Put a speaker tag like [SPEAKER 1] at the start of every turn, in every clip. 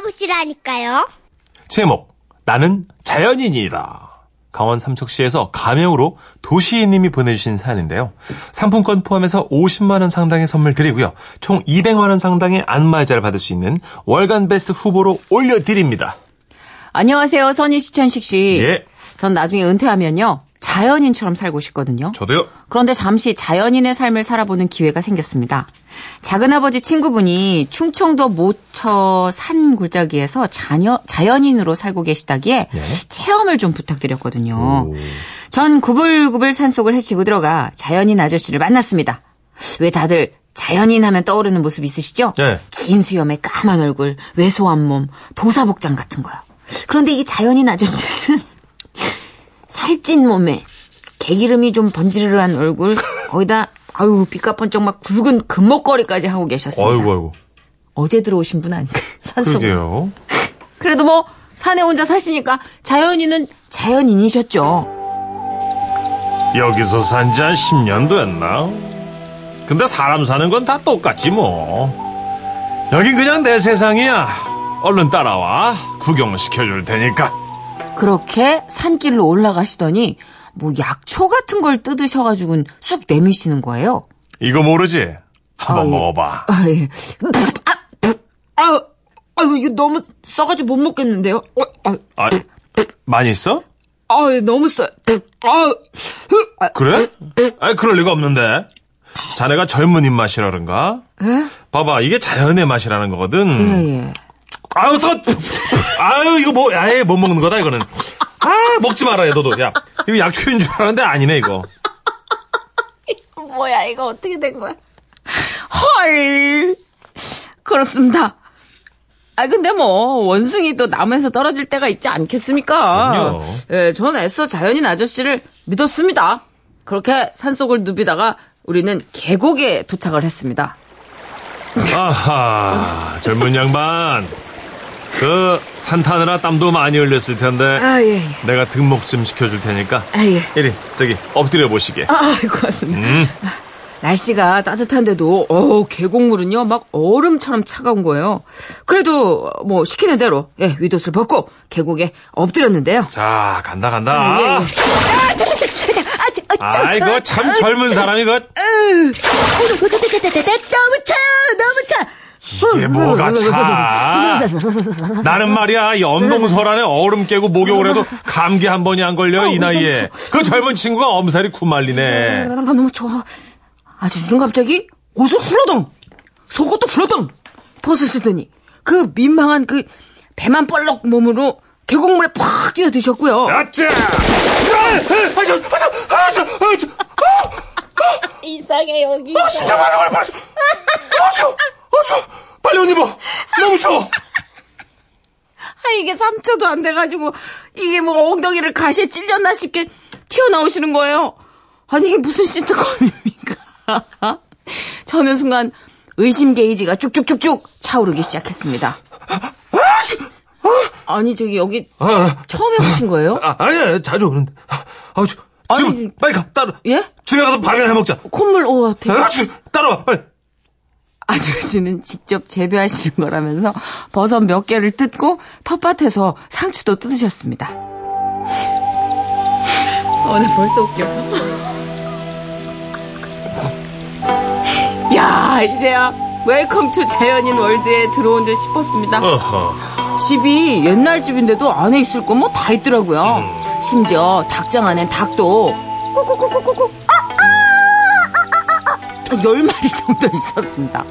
[SPEAKER 1] 도시라니까요.
[SPEAKER 2] 제목 나는 자연인이다. 강원 삼척시에서 가명으로 도시인님이 보내주신 사연인데요. 상품권 포함해서 50만 원 상당의 선물 드리고요. 총 200만 원 상당의 안마의자를 받을 수 있는 월간 베스트 후보로 올려드립니다.
[SPEAKER 3] 안녕하세요, 선희 씨, 천식 씨.
[SPEAKER 2] 예.
[SPEAKER 3] 전 나중에 은퇴하면요. 자연인처럼 살고 싶거든요.
[SPEAKER 2] 저도요.
[SPEAKER 3] 그런데 잠시 자연인의 삶을 살아보는 기회가 생겼습니다. 작은아버지 친구분이 충청도 모처 산 굴짜기에서 자녀, 자연인으로 살고 계시다기에 체험을 좀 부탁드렸거든요. 전 구불구불 산속을 헤치고 들어가 자연인 아저씨를 만났습니다. 왜 다들 자연인 하면 떠오르는 모습 있으시죠?
[SPEAKER 2] 예.
[SPEAKER 3] 긴 수염에 까만 얼굴, 왜소한 몸, 도사복장 같은 거요. 그런데 이 자연인 아저씨는 살찐 몸에 개기름이 좀 번지르르한 얼굴, 거기다 아유 삐까뻔쩍 막 굵은 금목걸이까지 하고 계셨습니다.
[SPEAKER 2] 아이고 아이고.
[SPEAKER 3] 어제 들어오신 분 아닌가? 산속.
[SPEAKER 2] 그러게요.
[SPEAKER 3] 그래도 뭐 산에 혼자 사시니까 자연인은 자연인이셨죠.
[SPEAKER 2] 여기서 산 지 한 10년 됐나? 근데 사람 사는 건 다 똑같지 뭐. 여긴 그냥 내 세상이야. 얼른 따라와. 구경 시켜줄 테니까.
[SPEAKER 3] 그렇게 산길로 올라가시더니 뭐 약초 같은 걸 뜯으셔가지고 쑥 내미시는 거예요.
[SPEAKER 2] 이거 모르지? 한번
[SPEAKER 3] 아이.
[SPEAKER 2] 먹어봐.
[SPEAKER 3] 아, 예. 아, 아, 아유, 이거 너무 써가지고 못 먹겠는데요? 어, 아,
[SPEAKER 2] 아, 많이 있어?
[SPEAKER 3] 아, 예, 너무 써요. 아, 흐, 아,
[SPEAKER 2] 그래? 아, 그럴 리가 없는데. 자네가 젊은 입맛이라는가? 봐봐, 이게 자연의 맛이라는 거거든.
[SPEAKER 3] 예, 예.
[SPEAKER 2] 아유, 서, 아유, 이거 뭐, 아예 못 먹는 거다, 이거는. 아, 먹지 마라, 얘, 너도. 야, 이거 약초인 줄 알았는데 아니네, 이거.
[SPEAKER 3] 뭐야, 이거 어떻게 된 거야? 헐. 그렇습니다. 아, 근데 뭐, 원숭이 또 나무에서 떨어질 때가 있지 않겠습니까?
[SPEAKER 2] 그럼요.
[SPEAKER 3] 예, 전 애써 자연인 아저씨를 믿었습니다. 그렇게 산속을 누비다가 우리는 계곡에 도착을 했습니다.
[SPEAKER 2] 아하, 젊은 양반. 그, 산 타느라 땀도 많이 흘렸을 텐데.
[SPEAKER 3] 아, 예, 예.
[SPEAKER 2] 내가 등목 좀 시켜줄 테니까.
[SPEAKER 3] 아, 예.
[SPEAKER 2] 이리, 저기, 엎드려 보시게.
[SPEAKER 3] 아, 고맙습니다.
[SPEAKER 2] 음.
[SPEAKER 3] 날씨가 따뜻한데도 어 계곡물은요 막 얼음처럼 차가운 거예요. 그래도 뭐 시키는 대로 예 위옷을 벗고 계곡에 엎드렸는데요.
[SPEAKER 2] 자, 간다, 간다.
[SPEAKER 3] 예, 예. 아, 자, 자, 자, 자, 자, 아, 자, 아, 자.
[SPEAKER 2] 아이고, 참 젊은 사람이, 그,
[SPEAKER 3] 너무 차요, 너무 차.
[SPEAKER 2] 이게 뭐가 차. 나는 말이야, 연동설안에 얼음 깨고 목욕을 해도 감기 한 번이 안 걸려, 이 나이에. 그 젊은 친구가 엄살이 쿠말리네.
[SPEAKER 3] 나 너무 추워. 아저씨는 갑자기 옷을 훌러덩, 속옷도 훌러덩 벗으시더니 그 민망한 그 배만 뻘럭 몸으로 계곡물에 팍 뛰어드셨고요.
[SPEAKER 2] 아짜!
[SPEAKER 1] 이상해 여기.
[SPEAKER 2] 진짜 말라 빨리, 아, 추워! 아, 추워! 빨리 옷 입어! 너무 추워!
[SPEAKER 3] 아, 이게 3초도 안 돼가지고, 이게 뭐 엉덩이를 가시에 찔렸나 싶게 튀어나오시는 거예요. 아니, 이게 무슨 시트콤입니까? 저는 순간 의심 게이지가 쭉쭉쭉쭉 차오르기 시작했습니다. 아니, 저기 여기 처음 해보신 거예요?
[SPEAKER 2] 아, 아니야, 자주 오는데. 아, 아, 추워. 지금,
[SPEAKER 3] 아니,
[SPEAKER 2] 빨리 가, 따라.
[SPEAKER 3] 예?
[SPEAKER 2] 집에 가서 밥이나 해먹자.
[SPEAKER 3] 콧물, 오, 되게.
[SPEAKER 2] 아, 추워. 따라와, 빨리.
[SPEAKER 3] 아저씨는 직접 재배하시는 거라면서 버섯 몇 개를 뜯고 텃밭에서 상추도 뜯으셨습니다. 어, 나 벌써 웃겨. 야, 이제야 웰컴 투 자연인 월드에 들어온 줄 싶었습니다.
[SPEAKER 2] 어허.
[SPEAKER 3] 집이 옛날 집인데도 안에 있을 건 뭐 다 있더라고요. 심지어 닭장 안엔 닭도 꾸꾸꾸꾸꾸꾸 아, 아, 아, 아, 아, 아. 열 마리 정도 있었습니다.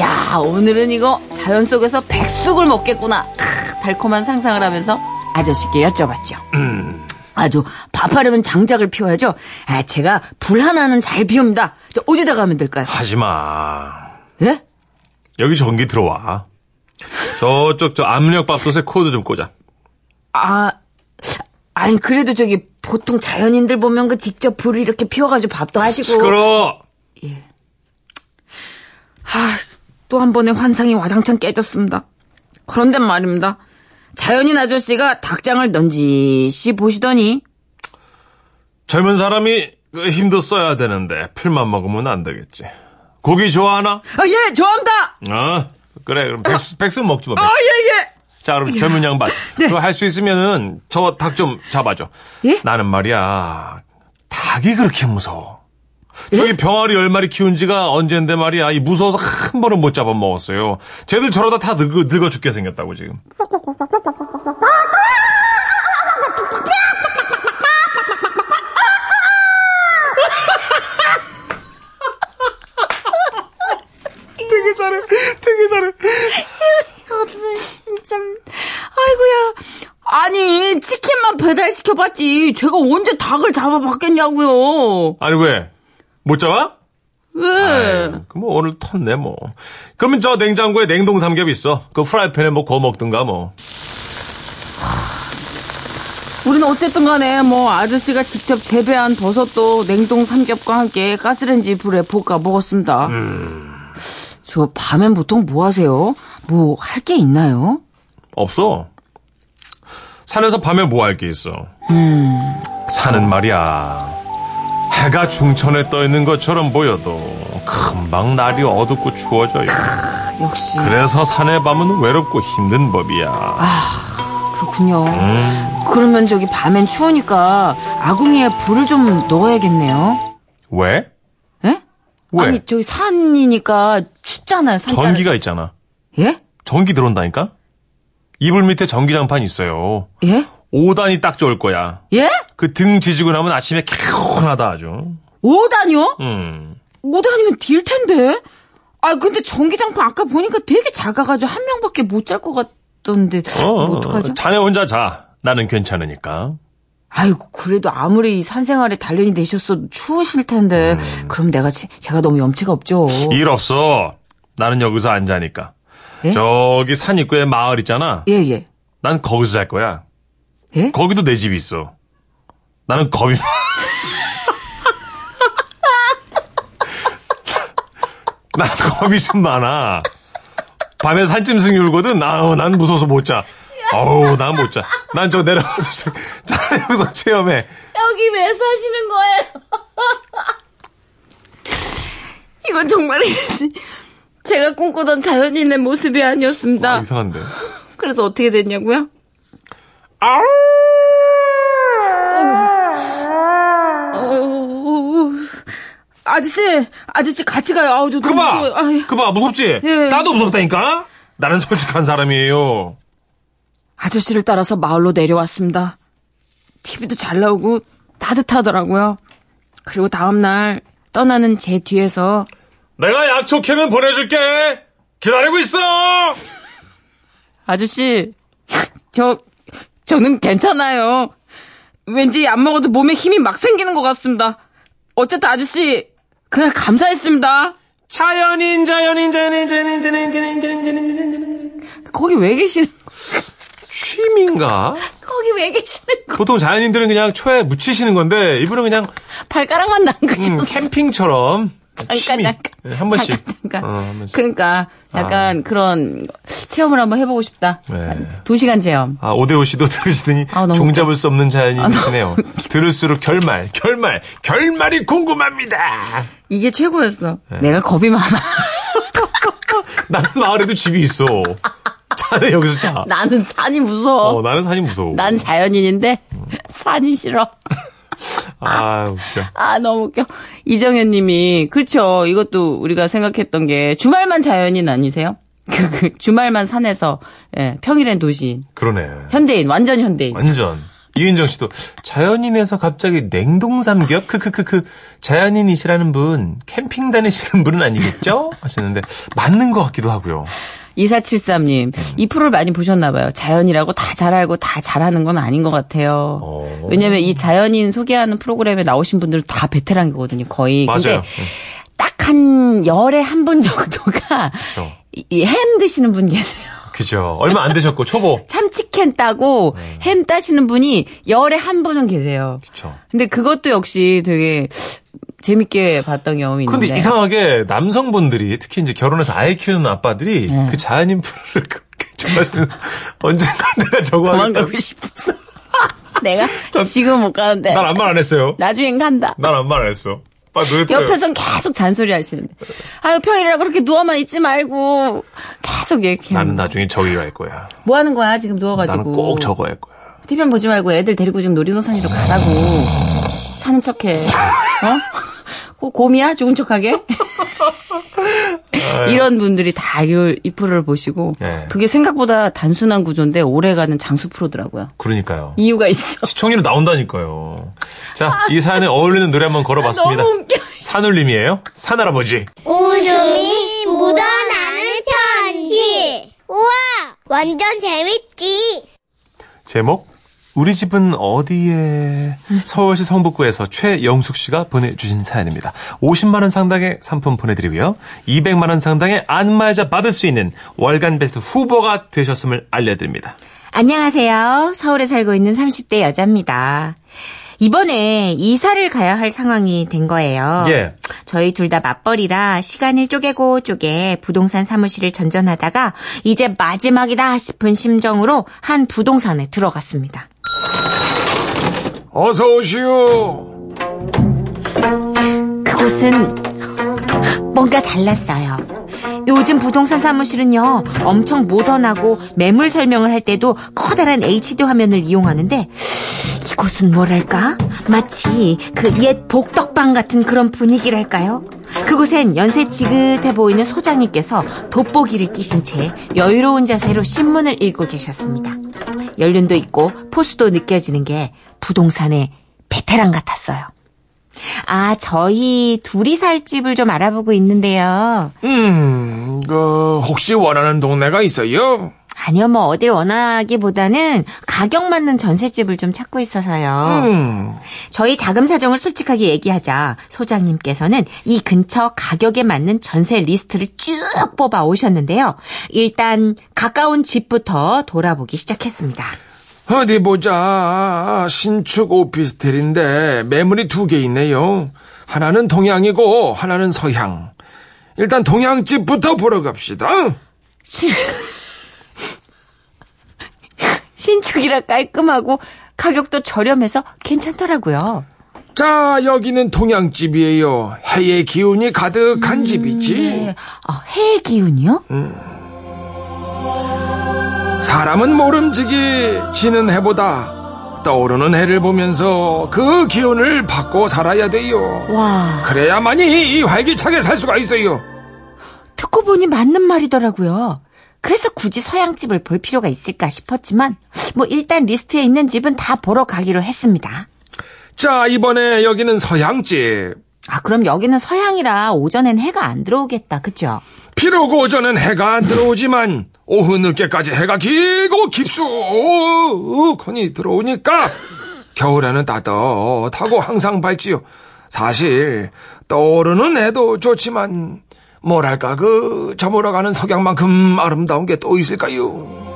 [SPEAKER 3] 야 오늘은 이거 자연 속에서 백숙을 먹겠구나 크, 달콤한 상상을 하면서 아저씨께 여쭤봤죠. 음. 아주 밥하려면 장작을 피워야죠. 아, 제가 불 하나는 잘 피웁니다. 저 어디다 가면 될까요?
[SPEAKER 2] 하지 마.
[SPEAKER 3] 예?
[SPEAKER 2] 여기 전기 들어와. 저쪽 저 압력밥솥에 코드 좀 꽂아.
[SPEAKER 3] 아, 아니 그래도 저기 보통 자연인들 보면 그 직접 불을 이렇게 피워가지고 밥도 아, 하시고.
[SPEAKER 2] 시끄러.
[SPEAKER 3] 아, 또 한 번의 환상이 와장창 깨졌습니다. 그런데 말입니다. 자연인 아저씨가 닭장을 넌지시 보시더니
[SPEAKER 2] 젊은 사람이 그 힘도 써야 되는데 풀만 먹으면 안 되겠지. 고기 좋아하나?
[SPEAKER 3] 아, 예, 좋아합니다.
[SPEAKER 2] 어? 그래 그럼 백수, 백숙 먹지 마.
[SPEAKER 3] 아, 예, 예.
[SPEAKER 2] 자, 그럼 젊은 양반. 그거 할 수 있으면은 저 닭 좀 잡아줘.
[SPEAKER 3] 예?
[SPEAKER 2] 나는 말이야. 닭이 그렇게 무서워.
[SPEAKER 3] 예?
[SPEAKER 2] 저기 병아리 열 마리 키운 지가 언젠데 말이야. 이 무서워서 한 번은 못 잡아먹었어요. 쟤들 저러다 다 늙어, 늙어 죽게 생겼다고 지금. 되게 잘해. 되게 잘해.
[SPEAKER 3] 진짜. 아이고야. 아니, 치킨만 배달시켜봤지. 제가 언제 닭을 잡아봤겠냐고요.
[SPEAKER 2] 아니, 왜? 못 잡아?
[SPEAKER 3] 왜?
[SPEAKER 2] 그럼 뭐 오늘 텄네 뭐. 그러면 저 냉장고에 냉동 삼겹 있어. 그 프라이팬에 뭐 구워 먹든가 뭐.
[SPEAKER 3] 우리는 어쨌든 간에 뭐 아저씨가 직접 재배한 버섯도 냉동 삼겹과 함께 가스레인지 불에 볶아 먹었습니다.
[SPEAKER 2] 음.
[SPEAKER 3] 저 밤엔 보통 뭐 하세요? 뭐 할 게 있나요?
[SPEAKER 2] 없어. 산에서 밤에 뭐 할 게 있어. 산은 말이야. 해가 중천에 떠 있는 것처럼 보여도 금방 날이 어둡고 추워져요.
[SPEAKER 3] 역시
[SPEAKER 2] 그래서 산의 밤은 외롭고 힘든 법이야.
[SPEAKER 3] 그렇군요.
[SPEAKER 2] 음.
[SPEAKER 3] 그러면 저기 밤엔 추우니까 아궁이에 불을 좀 넣어야겠네요.
[SPEAKER 2] 왜?
[SPEAKER 3] 예?
[SPEAKER 2] 왜?
[SPEAKER 3] 아니 저기 산이니까 춥잖아요. 산자
[SPEAKER 2] 전기가 있잖아.
[SPEAKER 3] 예?
[SPEAKER 2] 전기 들어온다니까? 이불 밑에 전기장판 있어요.
[SPEAKER 3] 예?
[SPEAKER 2] 5단이 딱 좋을 거야.
[SPEAKER 3] 예?
[SPEAKER 2] 그 등 지지고 나면 아침에 개운하다 아주.
[SPEAKER 3] 5단이요?
[SPEAKER 2] 음.
[SPEAKER 3] 5단이면 딜 텐데. 아 근데 전기장판 아까 보니까 되게 작아가지고 한 명밖에 못 잘 것 같던데 뭐 어떡하죠? 어?
[SPEAKER 2] 자네 혼자 자. 나는 괜찮으니까.
[SPEAKER 3] 아이고 그래도 아무리 이 산생활에 단련이 되셨어도 추우실 텐데
[SPEAKER 2] 음.
[SPEAKER 3] 그럼 내가 지- 제가 너무 염치가 없죠.
[SPEAKER 2] 일 없어. 나는 여기서 안 자니까.
[SPEAKER 3] 예?
[SPEAKER 2] 저기 산 입구에 마을 있잖아.
[SPEAKER 3] 예 예.
[SPEAKER 2] 난 거기서 잘 거야.
[SPEAKER 3] 예?
[SPEAKER 2] 거기도 내 집이 있어. 나는 겁이. 난 겁이 좀 많아. 밤에 산짐승이 울거든. 아우, 난 무서워서 못 자. 아우, 난 못 자. 난 저 내려가서 자, 여기서 체험해.
[SPEAKER 1] 여기 왜 사시는 거예요?
[SPEAKER 3] 이건 정말이지. 제가 꿈꾸던 자연인의 모습이 아니었습니다.
[SPEAKER 2] 이상한데.
[SPEAKER 3] 그래서 어떻게 됐냐고요?
[SPEAKER 2] 아우!
[SPEAKER 3] 어, 아저씨, 아저씨 같이 가요. 아우 저 너무
[SPEAKER 2] 그봐!
[SPEAKER 3] 무서워요. 아유.
[SPEAKER 2] 그봐, 무섭지?
[SPEAKER 3] 예.
[SPEAKER 2] 나도 무섭다니까? 나는 솔직한 사람이에요.
[SPEAKER 3] 아저씨를 따라서 마을로 내려왔습니다. TV도 잘 나오고 따뜻하더라고요. 그리고 다음날 떠나는 제 뒤에서
[SPEAKER 2] 내가 약속하면 보내줄게! 기다리고 있어!
[SPEAKER 3] 아저씨, 저, 저는 괜찮아요. 왠지 안 먹어도 몸에 힘이 막 생기는 것 같습니다. 어쨌든 아저씨, 그날 감사했습니다.
[SPEAKER 2] 자연인 자연인 자연인 자연인 자연인 자연인 자연인 자연인 자연인
[SPEAKER 3] 거기 왜 계시는
[SPEAKER 2] 취미인가?
[SPEAKER 1] 거기 왜 계시는 거?
[SPEAKER 2] 보통 자연인들은 그냥 초에 묻히시는 건데 이분은 그냥
[SPEAKER 1] 발가락만
[SPEAKER 2] 음,
[SPEAKER 1] 남그죠.
[SPEAKER 2] 캠핑처럼 취미
[SPEAKER 1] 잠깐.
[SPEAKER 2] 네, 한 번씩
[SPEAKER 3] 잠깐, 잠깐.
[SPEAKER 2] 어, 한 번씩. 아.
[SPEAKER 3] 그러니까, 약간 그런 체험을 한번 해보고 싶다.
[SPEAKER 2] 네.
[SPEAKER 3] 두 시간 체험.
[SPEAKER 2] 아 오대호 씨도 들으시더니
[SPEAKER 3] 아, 너무
[SPEAKER 2] 종잡을 수 없는 자연인이시네요. 들을수록 결말 결말 결말이 궁금합니다.
[SPEAKER 3] 이게 최고였어.
[SPEAKER 2] 네.
[SPEAKER 3] 내가 겁이 많아.
[SPEAKER 2] 나는 마을에도 집이 있어. 자네 여기서 자.
[SPEAKER 1] 나는 산이 무서워.
[SPEAKER 2] 어, 음. 나는 산이 무서워.
[SPEAKER 1] 난 자연인인데 산이 싫어.
[SPEAKER 2] 아 웃겨.
[SPEAKER 3] 아, 너무 웃겨. 이정현 님이, 그렇죠. 이것도 우리가 생각했던 게, 주말만 자연인 아니세요? 그, 그 주말만 산에서, 예, 평일엔 도시인.
[SPEAKER 2] 그러네.
[SPEAKER 3] 현대인, 완전 현대인.
[SPEAKER 2] 완전. 이은정 씨도 자연인에서 갑자기 냉동 삼겹 크크크크 자연인이시라는 분 캠핑 다니시는 분은 아니겠죠? 하시는데 맞는 것 같기도 하고요.
[SPEAKER 3] 2473님, 이 프로를 많이 보셨나봐요. 자연이라고 다 잘 알고 다 잘하는 건 아닌 것 같아요.
[SPEAKER 2] 어.
[SPEAKER 3] 왜냐면 이 자연인 소개하는 프로그램에 나오신 분들은 다 베테랑이거든요, 거의.
[SPEAKER 2] 맞아요.
[SPEAKER 3] 네,
[SPEAKER 2] 네,
[SPEAKER 3] 근데 딱 한 열에 한 분 정도가
[SPEAKER 2] 그렇죠.
[SPEAKER 3] 이- 이햄 드시는 분 계세요.
[SPEAKER 2] 그죠. 얼마 안 되셨고 초보.
[SPEAKER 3] 참치캔 따고
[SPEAKER 2] 네.
[SPEAKER 3] 햄 따시는 분이 열에 한 분은 계세요.
[SPEAKER 2] 그렇죠.
[SPEAKER 3] 근데 그것도 역시 되게 재밌게 봤던 경험이 있는데.
[SPEAKER 2] 근데 이상하게 남성분들이 특히 이제 결혼해서 아이 키우는 아빠들이 그 자연인 프로를 그렇게 좋아하시면 언젠가 내가 저거 하겠다.
[SPEAKER 3] 도망가고 싶어서. 내가
[SPEAKER 2] 전-
[SPEAKER 3] 지금 못 가는데
[SPEAKER 2] 난안 말 안 했어요.
[SPEAKER 1] 나중엔 간다.
[SPEAKER 2] 난 안 말 안 했어. 아, 노래 틀어요.
[SPEAKER 1] 옆에선 계속 잔소리 하시는데. 아유, 평일이라 그렇게 누워만 있지 말고, 계속 이렇게.
[SPEAKER 2] 나는 나중에 저기 갈 거야.
[SPEAKER 1] 뭐 하는 거야, 지금 누워가지고.
[SPEAKER 2] 나는 꼭 저거 할 거야.
[SPEAKER 1] TVN 보지 말고 애들 데리고 지금 놀이동산이로 가라고. 차는 척해. 어? 고- 곰이야? 죽은 척하게? 이런 분들이 다 이, 이 프로를 보시고
[SPEAKER 2] 네.
[SPEAKER 1] 그게 생각보다 단순한 구조인데 오래가는 장수 프로더라고요.
[SPEAKER 2] 그러니까요.
[SPEAKER 1] 이유가 있어.
[SPEAKER 2] 시청률 나온다니까요. 자, 이 사연에 어울리는 노래 한번 걸어봤습니다.
[SPEAKER 1] 너무 웃겨.
[SPEAKER 2] 산울림이에요. 산할아버지.
[SPEAKER 4] 웃음이 묻어나는 편지. 우와, 완전 재밌지.
[SPEAKER 2] 제목 우리 집은 어디에 서울시 성북구에서 최영숙 씨가 보내주신 사연입니다. 50만 원 상당의 상품 보내드리고요. 200만 원 상당의 안마의자 받을 수 있는 월간 베스트 후보가 되셨음을 알려드립니다.
[SPEAKER 5] 안녕하세요. 서울에 살고 있는 30대 여자입니다. 이번에 이사를 가야 할 상황이 된
[SPEAKER 1] 아.
[SPEAKER 5] 거예요.
[SPEAKER 2] 예.
[SPEAKER 5] 저희 둘 다 맞벌이라 시간을 쪼개고 쪼개 부동산 사무실을 전전하다가 이제 마지막이다 싶은 심정으로 한 부동산에 들어갔습니다.
[SPEAKER 2] 어서 오시오.
[SPEAKER 5] 그곳은 뭔가 달랐어요. 요즘 부동산 사무실은요, 엄청 모던하고 매물 설명을 할 때도 커다란 HD 화면을 이용하는데, 이곳은 뭐랄까? 마치 그 옛 복덕방 같은 그런 분위기랄까요? 그곳엔 연세 지긋해 보이는 소장님께서 돋보기를 끼신 채 여유로운 자세로 신문을 읽고 계셨습니다. 연륜도 있고 포수도 느껴지는 게 부동산의 베테랑 같았어요. 아, 저희 둘이 살 집을 좀 알아보고 있는데요.
[SPEAKER 6] 음, 그, 혹시 원하는 동네가 있어요?
[SPEAKER 5] 아니요, 뭐, 어딜 원하기보다는 가격 맞는 전셋집을 좀 찾고 있어서요.
[SPEAKER 6] 음,
[SPEAKER 5] 저희 자금 사정을 솔직하게 얘기하자. 소장님께서는 이 근처 가격에 맞는 전세 리스트를 쭉 뽑아 오셨는데요. 일단, 가까운 집부터 돌아보기 시작했습니다.
[SPEAKER 6] 어디 보자. 신축 오피스텔인데 매물이 두 개 있네요. 하나는 동양이고 하나는 서양. 일단 동양집부터 보러 갑시다.
[SPEAKER 1] 신축이라 깔끔하고 가격도 저렴해서 괜찮더라고요.
[SPEAKER 6] 자, 여기는 동양집이에요. 해의 기운이 가득한 집이지.
[SPEAKER 5] 어, 해의 기운이요?
[SPEAKER 6] 사람은 모름지기 지는 해보다 떠오르는 해를 보면서 그 기운을 받고 살아야 돼요.
[SPEAKER 5] 와,
[SPEAKER 6] 그래야만이 이 활기차게 살 수가 있어요.
[SPEAKER 5] 듣고 보니 맞는 말이더라고요. 그래서 굳이 서양집을 볼 필요가 있을까 싶었지만, 뭐 일단 리스트에 있는 집은 다 보러 가기로 했습니다.
[SPEAKER 6] 자, 이번에 여기는 서양집.
[SPEAKER 5] 아, 그럼 여기는 서양이라 오전엔 해가 안 들어오겠다, 그죠?
[SPEAKER 6] 비록 오전은 해가 안 들어오지만 오후 늦게까지 해가 길고 깊숙하니 들어오니까 겨울에는 따뜻하고 항상 밝지요. 사실 떠오르는 해도 좋지만 뭐랄까 그 저물어가는 석양만큼 아름다운 게 또 있을까요?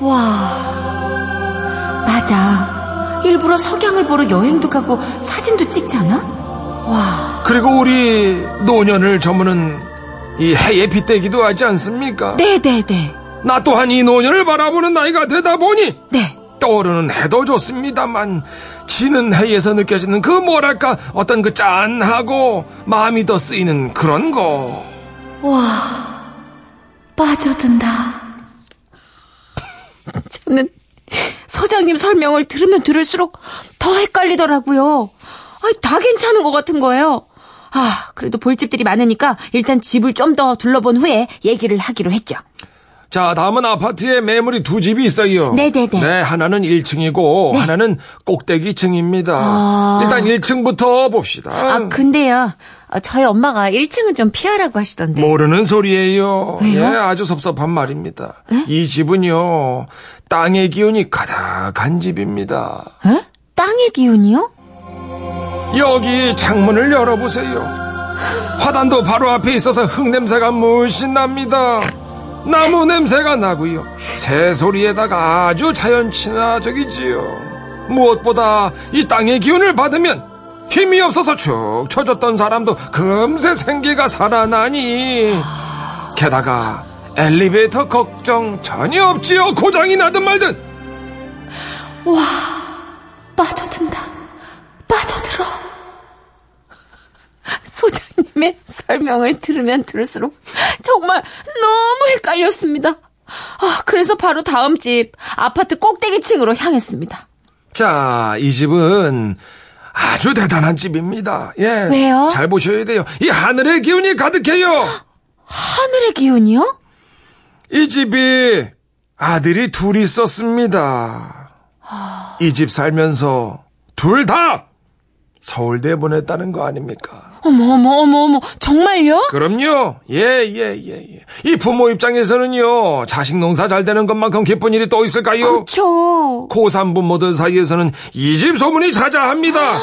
[SPEAKER 5] 맞아. 일부러 석양을 보러 여행도 가고 사진도 찍잖아?
[SPEAKER 6] 그리고 우리 노년을 저무는 이 해의 빗대기도 하지 않습니까?
[SPEAKER 5] 네네네.
[SPEAKER 6] 나 또한 이 노년을 바라보는 나이가 되다 보니
[SPEAKER 5] 네.
[SPEAKER 6] 떠오르는 해도 좋습니다만 지는 해에서 느껴지는 그 뭐랄까 어떤 그 짠하고 마음이 더 쓰이는 그런 거
[SPEAKER 5] 빠져든다.
[SPEAKER 1] 저는
[SPEAKER 5] 소장님 설명을 들으면 들을수록 더 헷갈리더라고요. 아니, 다 괜찮은 것 같은 거예요. 아, 그래도 볼 집들이 많으니까 일단 집을 좀 더 둘러본 후에 얘기를 하기로 했죠.
[SPEAKER 6] 자 다음은 아파트에 매물이 두 집이 있어요
[SPEAKER 5] 네네네. 네.
[SPEAKER 6] 네 하나는 1층이고 하나는 꼭대기층입니다
[SPEAKER 5] 아.
[SPEAKER 6] 일단 1층부터 봅시다
[SPEAKER 5] 아, 근데요. 어, 저희 엄마가 1층은 좀 피하라고 하시던데.
[SPEAKER 6] 모르는 소리예요. 예, 아주 섭섭한 말입니다.
[SPEAKER 5] 네?
[SPEAKER 6] 이 집은요 땅의 기운이 가득한 집입니다.
[SPEAKER 5] 에? 땅의 기운이요?
[SPEAKER 6] 여기 창문을 열어보세요. 화단도 바로 앞에 있어서 흙냄새가 물씬 납니다. 나무 냄새가 나고요. 새소리에다가 아주 자연 친화적이지요. 무엇보다 이 땅의 기운을 받으면 힘이 없어서 축 처졌던 사람도 금세 생기가 살아나니. 게다가 엘리베이터 걱정 전혀 없지요. 고장이 나든 말든.
[SPEAKER 1] 빠져든다. 빠져들어. 소장님.
[SPEAKER 5] 설명을 들으면 들을수록 정말 너무 헷갈렸습니다. 아, 그래서 바로 다음 집 아파트 꼭대기층으로 향했습니다.
[SPEAKER 6] 자, 이 집은 아주 대단한 집입니다. 예.
[SPEAKER 5] 왜요?
[SPEAKER 6] 잘 보셔야 돼요. 이 하늘의 기운이 가득해요.
[SPEAKER 5] 하늘의 기운이요?
[SPEAKER 6] 이 집이 아들이 둘이 있었습니다. 이 집 살면서 둘 다 서울대 보냈다는 거 아닙니까?
[SPEAKER 5] 어머 어머 어머 어머 정말요?
[SPEAKER 6] 그럼요. 예, 예, 예, 예. 이 부모 입장에서는요, 자식 농사 잘 되는 것만큼 기쁜 일이 또 있을까요?
[SPEAKER 5] 그쵸.
[SPEAKER 6] 고3 부모들 사이에서는 이 집 소문이 자자합니다.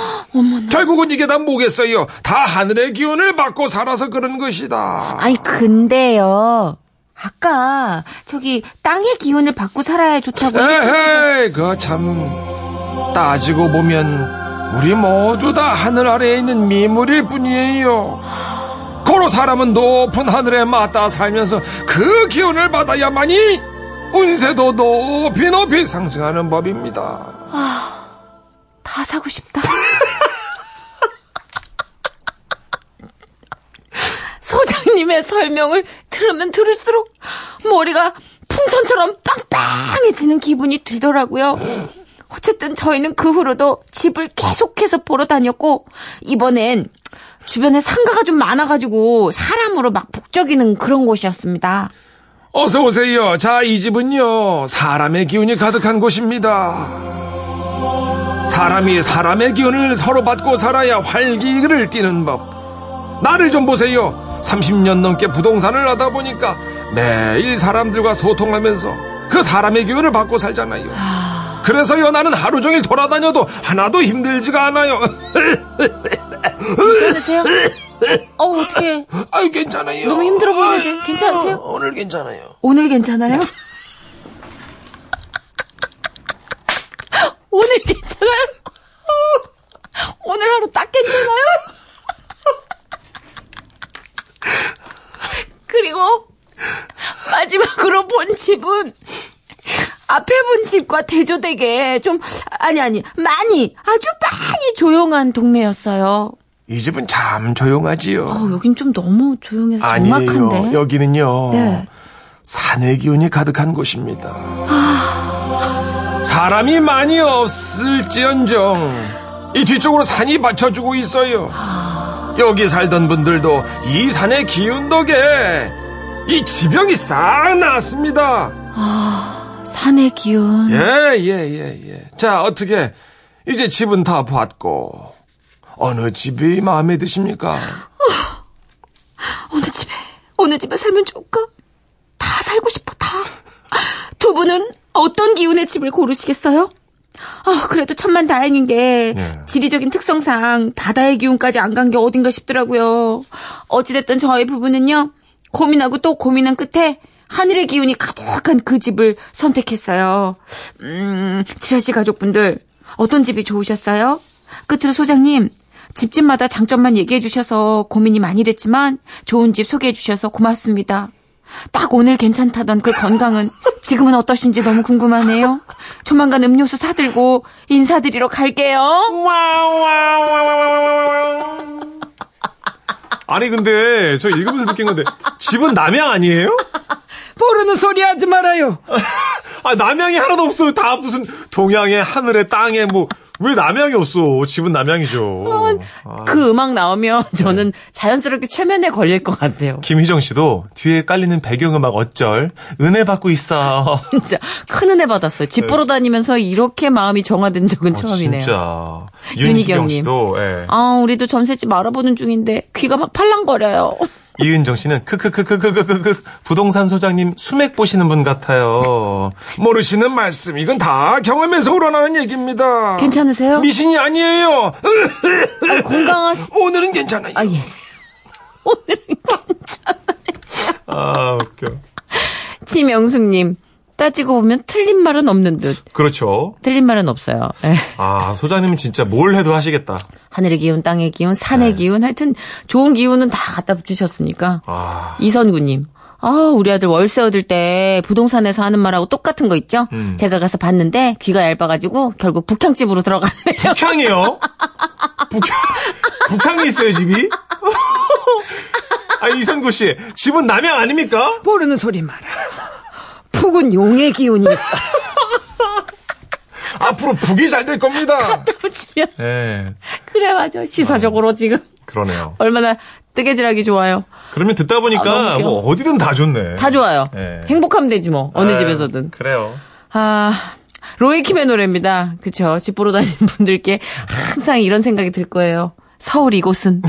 [SPEAKER 6] 결국은 이게 다 뭐겠어요? 다 하늘의 기운을 받고 살아서 그런 것이다.
[SPEAKER 5] 아니 근데요. 아까 저기 땅의 기운을 받고 살아야 좋다고 했잖아요.
[SPEAKER 6] 에헤이, 그참 따지고 보면 우리 모두 다 하늘 아래에 있는 미물일 뿐이에요. 고로 사람은 높은 하늘에 맞닿아 살면서 그 기운을 받아야만이 운세도 높이 높이 상승하는 법입니다.
[SPEAKER 5] 다 사고 싶다. 소장님의 설명을 들으면 들을수록 머리가 풍선처럼 빵빵해지는 기분이 들더라고요. 어쨌든 저희는 그 후로도 집을 계속해서 보러 다녔고 이번엔 주변에 상가가 좀 많아가지고 사람으로 막 북적이는 그런 곳이었습니다.
[SPEAKER 6] 어서 오세요. 자, 이 집은요. 사람의 기운이 가득한 곳입니다. 사람이 사람의 기운을 서로 받고 살아야 활기를 띠는 법. 나를 좀 보세요. 30년 넘게 부동산을 하다 보니까 매일 사람들과 소통하면서 그 사람의 기운을 받고 살잖아요. 그래서요, 나는 하루 종일 돌아다녀도 하나도 힘들지가 않아요.
[SPEAKER 5] 괜찮으세요? 어 어떻게
[SPEAKER 6] 아유, 괜찮아요.
[SPEAKER 5] 너무 힘들어 보이는데 괜찮으세요?
[SPEAKER 6] 오늘 괜찮아요.
[SPEAKER 5] 오늘 괜찮아요?
[SPEAKER 6] 네.
[SPEAKER 5] 오늘 괜찮아요? 오늘 하루 딱 괜찮아요? 그리고 마지막으로 본 집은 앞에 본 집과 대조되게 좀 아니 아니 많이 아주 많이 조용한 동네였어요.
[SPEAKER 6] 이 집은 참 조용하지요.
[SPEAKER 5] 어 여긴 좀 너무 조용해서 적막한데.
[SPEAKER 6] 여기는요.
[SPEAKER 5] 네.
[SPEAKER 6] 산의 기운이 가득한 곳입니다.
[SPEAKER 5] 아.
[SPEAKER 6] 사람이 많이 없을지언정 이 뒤쪽으로 산이 받쳐주고 있어요.
[SPEAKER 5] 아.
[SPEAKER 6] 여기 살던 분들도 이 산의 기운 덕에 이 지병이 싹 나았습니다.
[SPEAKER 5] 산의 기운.
[SPEAKER 6] 예, 예, 예, 예. 자, 어떻게 이제 집은 다 봤고 어느 집이 마음에 드십니까?
[SPEAKER 5] 어느 집에 어느 집에 살면 좋을까? 다 살고 싶어 다. 두 분은 어떤 기운의 집을 고르시겠어요? 아 그래도 천만 다행인 게
[SPEAKER 2] 네.
[SPEAKER 5] 지리적인 특성상 바다의 기운까지 안 간 게 어딘가 싶더라고요. 어찌됐든 저희 부부는요 고민하고 또 고민한 끝에 하늘의 기운이 가득한 그 집을 선택했어요. 음 지라 씨 가족분들 어떤 집이 좋으셨어요? 끝으로 소장님 집집마다 장점만 얘기해 주셔서 고민이 많이 됐지만 좋은 집 소개해 주셔서 고맙습니다. 딱 오늘 괜찮다던 그 건강은 지금은 어떠신지 너무 궁금하네요. 조만간 음료수 사들고 인사드리러 갈게요.
[SPEAKER 2] 아니 근데 저 읽으면서 느낀 건데 집은 남양 아니에요?
[SPEAKER 3] 모르는 소리 하지 말아요.
[SPEAKER 2] 아 남양이 하나도 없어요. 다 무슨 동양에 하늘에 땅에 뭐 왜 남양이 없어? 집은 남양이죠.
[SPEAKER 3] 그 음악 나오면 저는 자연스럽게 최면에 걸릴 것 같아요.
[SPEAKER 2] 김희정 씨도 뒤에 깔리는 배경음악 어쩔 은혜 받고 있어.
[SPEAKER 3] 진짜 큰 은혜 받았어요. 집 보러 다니면서 이렇게 마음이 정화된 적은 처음이네요.
[SPEAKER 2] 네. 아, 진짜
[SPEAKER 3] 윤희경
[SPEAKER 2] 윤희경
[SPEAKER 3] 님.
[SPEAKER 2] 씨도 예.
[SPEAKER 5] 아, 우리도 전셋집 알아보는 중인데 귀가 막 팔랑거려요.
[SPEAKER 2] 이은정 씨는 크크크크크크크크 부동산 소장님 수맥 보시는 분 같아요.
[SPEAKER 6] 모르시는 말씀 이건 다 경험에서 우러나는 얘기입니다.
[SPEAKER 3] 괜찮으세요?
[SPEAKER 6] 미신이 아니에요.
[SPEAKER 2] 예.
[SPEAKER 3] 건강하시.
[SPEAKER 6] 오늘은 괜찮아요.
[SPEAKER 3] 아 예.
[SPEAKER 2] 아 웃겨.
[SPEAKER 3] 지명숙님 따지고 보면 틀린 말은 없는 듯
[SPEAKER 2] 그렇죠.
[SPEAKER 3] 틀린 말은 없어요. 예.
[SPEAKER 2] 아 소장님은 진짜 뭘 해도 하시겠다.
[SPEAKER 3] 하늘의 기운, 땅의 기운, 산의 기운, 하여튼 좋은 기운은 다 갖다 붙이셨으니까.
[SPEAKER 2] 아.
[SPEAKER 3] 이선구님. 아, 우리 아들 월세 얻을 때 부동산에서 하는 말하고 똑같은 거 있죠? 제가 가서 봤는데 귀가 얇아가지고 결국 북향집으로 들어갔네요.
[SPEAKER 2] 북향이요? 북향, 북향이 있어요, 집이? 아, 이선구 씨, 집은 남양 아닙니까?
[SPEAKER 7] 모르는 소리 마라. 푹은 용의 기운이 있어.
[SPEAKER 6] 앞으로 북이 잘 될 겁니다.
[SPEAKER 3] 붙이면
[SPEAKER 2] 예,
[SPEAKER 3] 그래 맞아 시사적으로 지금
[SPEAKER 2] 그러네요.
[SPEAKER 3] 얼마나 뜨개질하기 좋아요.
[SPEAKER 2] 그러면 듣다
[SPEAKER 3] 아,
[SPEAKER 2] 보니까
[SPEAKER 3] 너무 웃겨.
[SPEAKER 2] 뭐 어디든 다 좋네. 네.
[SPEAKER 3] 다 좋아요.
[SPEAKER 2] 예.
[SPEAKER 3] 행복하면 되지 뭐 어느
[SPEAKER 2] 아유,
[SPEAKER 3] 집에서든.
[SPEAKER 2] 그래요.
[SPEAKER 3] 아 로이킴의 노래입니다. 그쵸? 집 보러 다니는 분들께 항상 이런 생각이 들 거예요. 서울 이곳은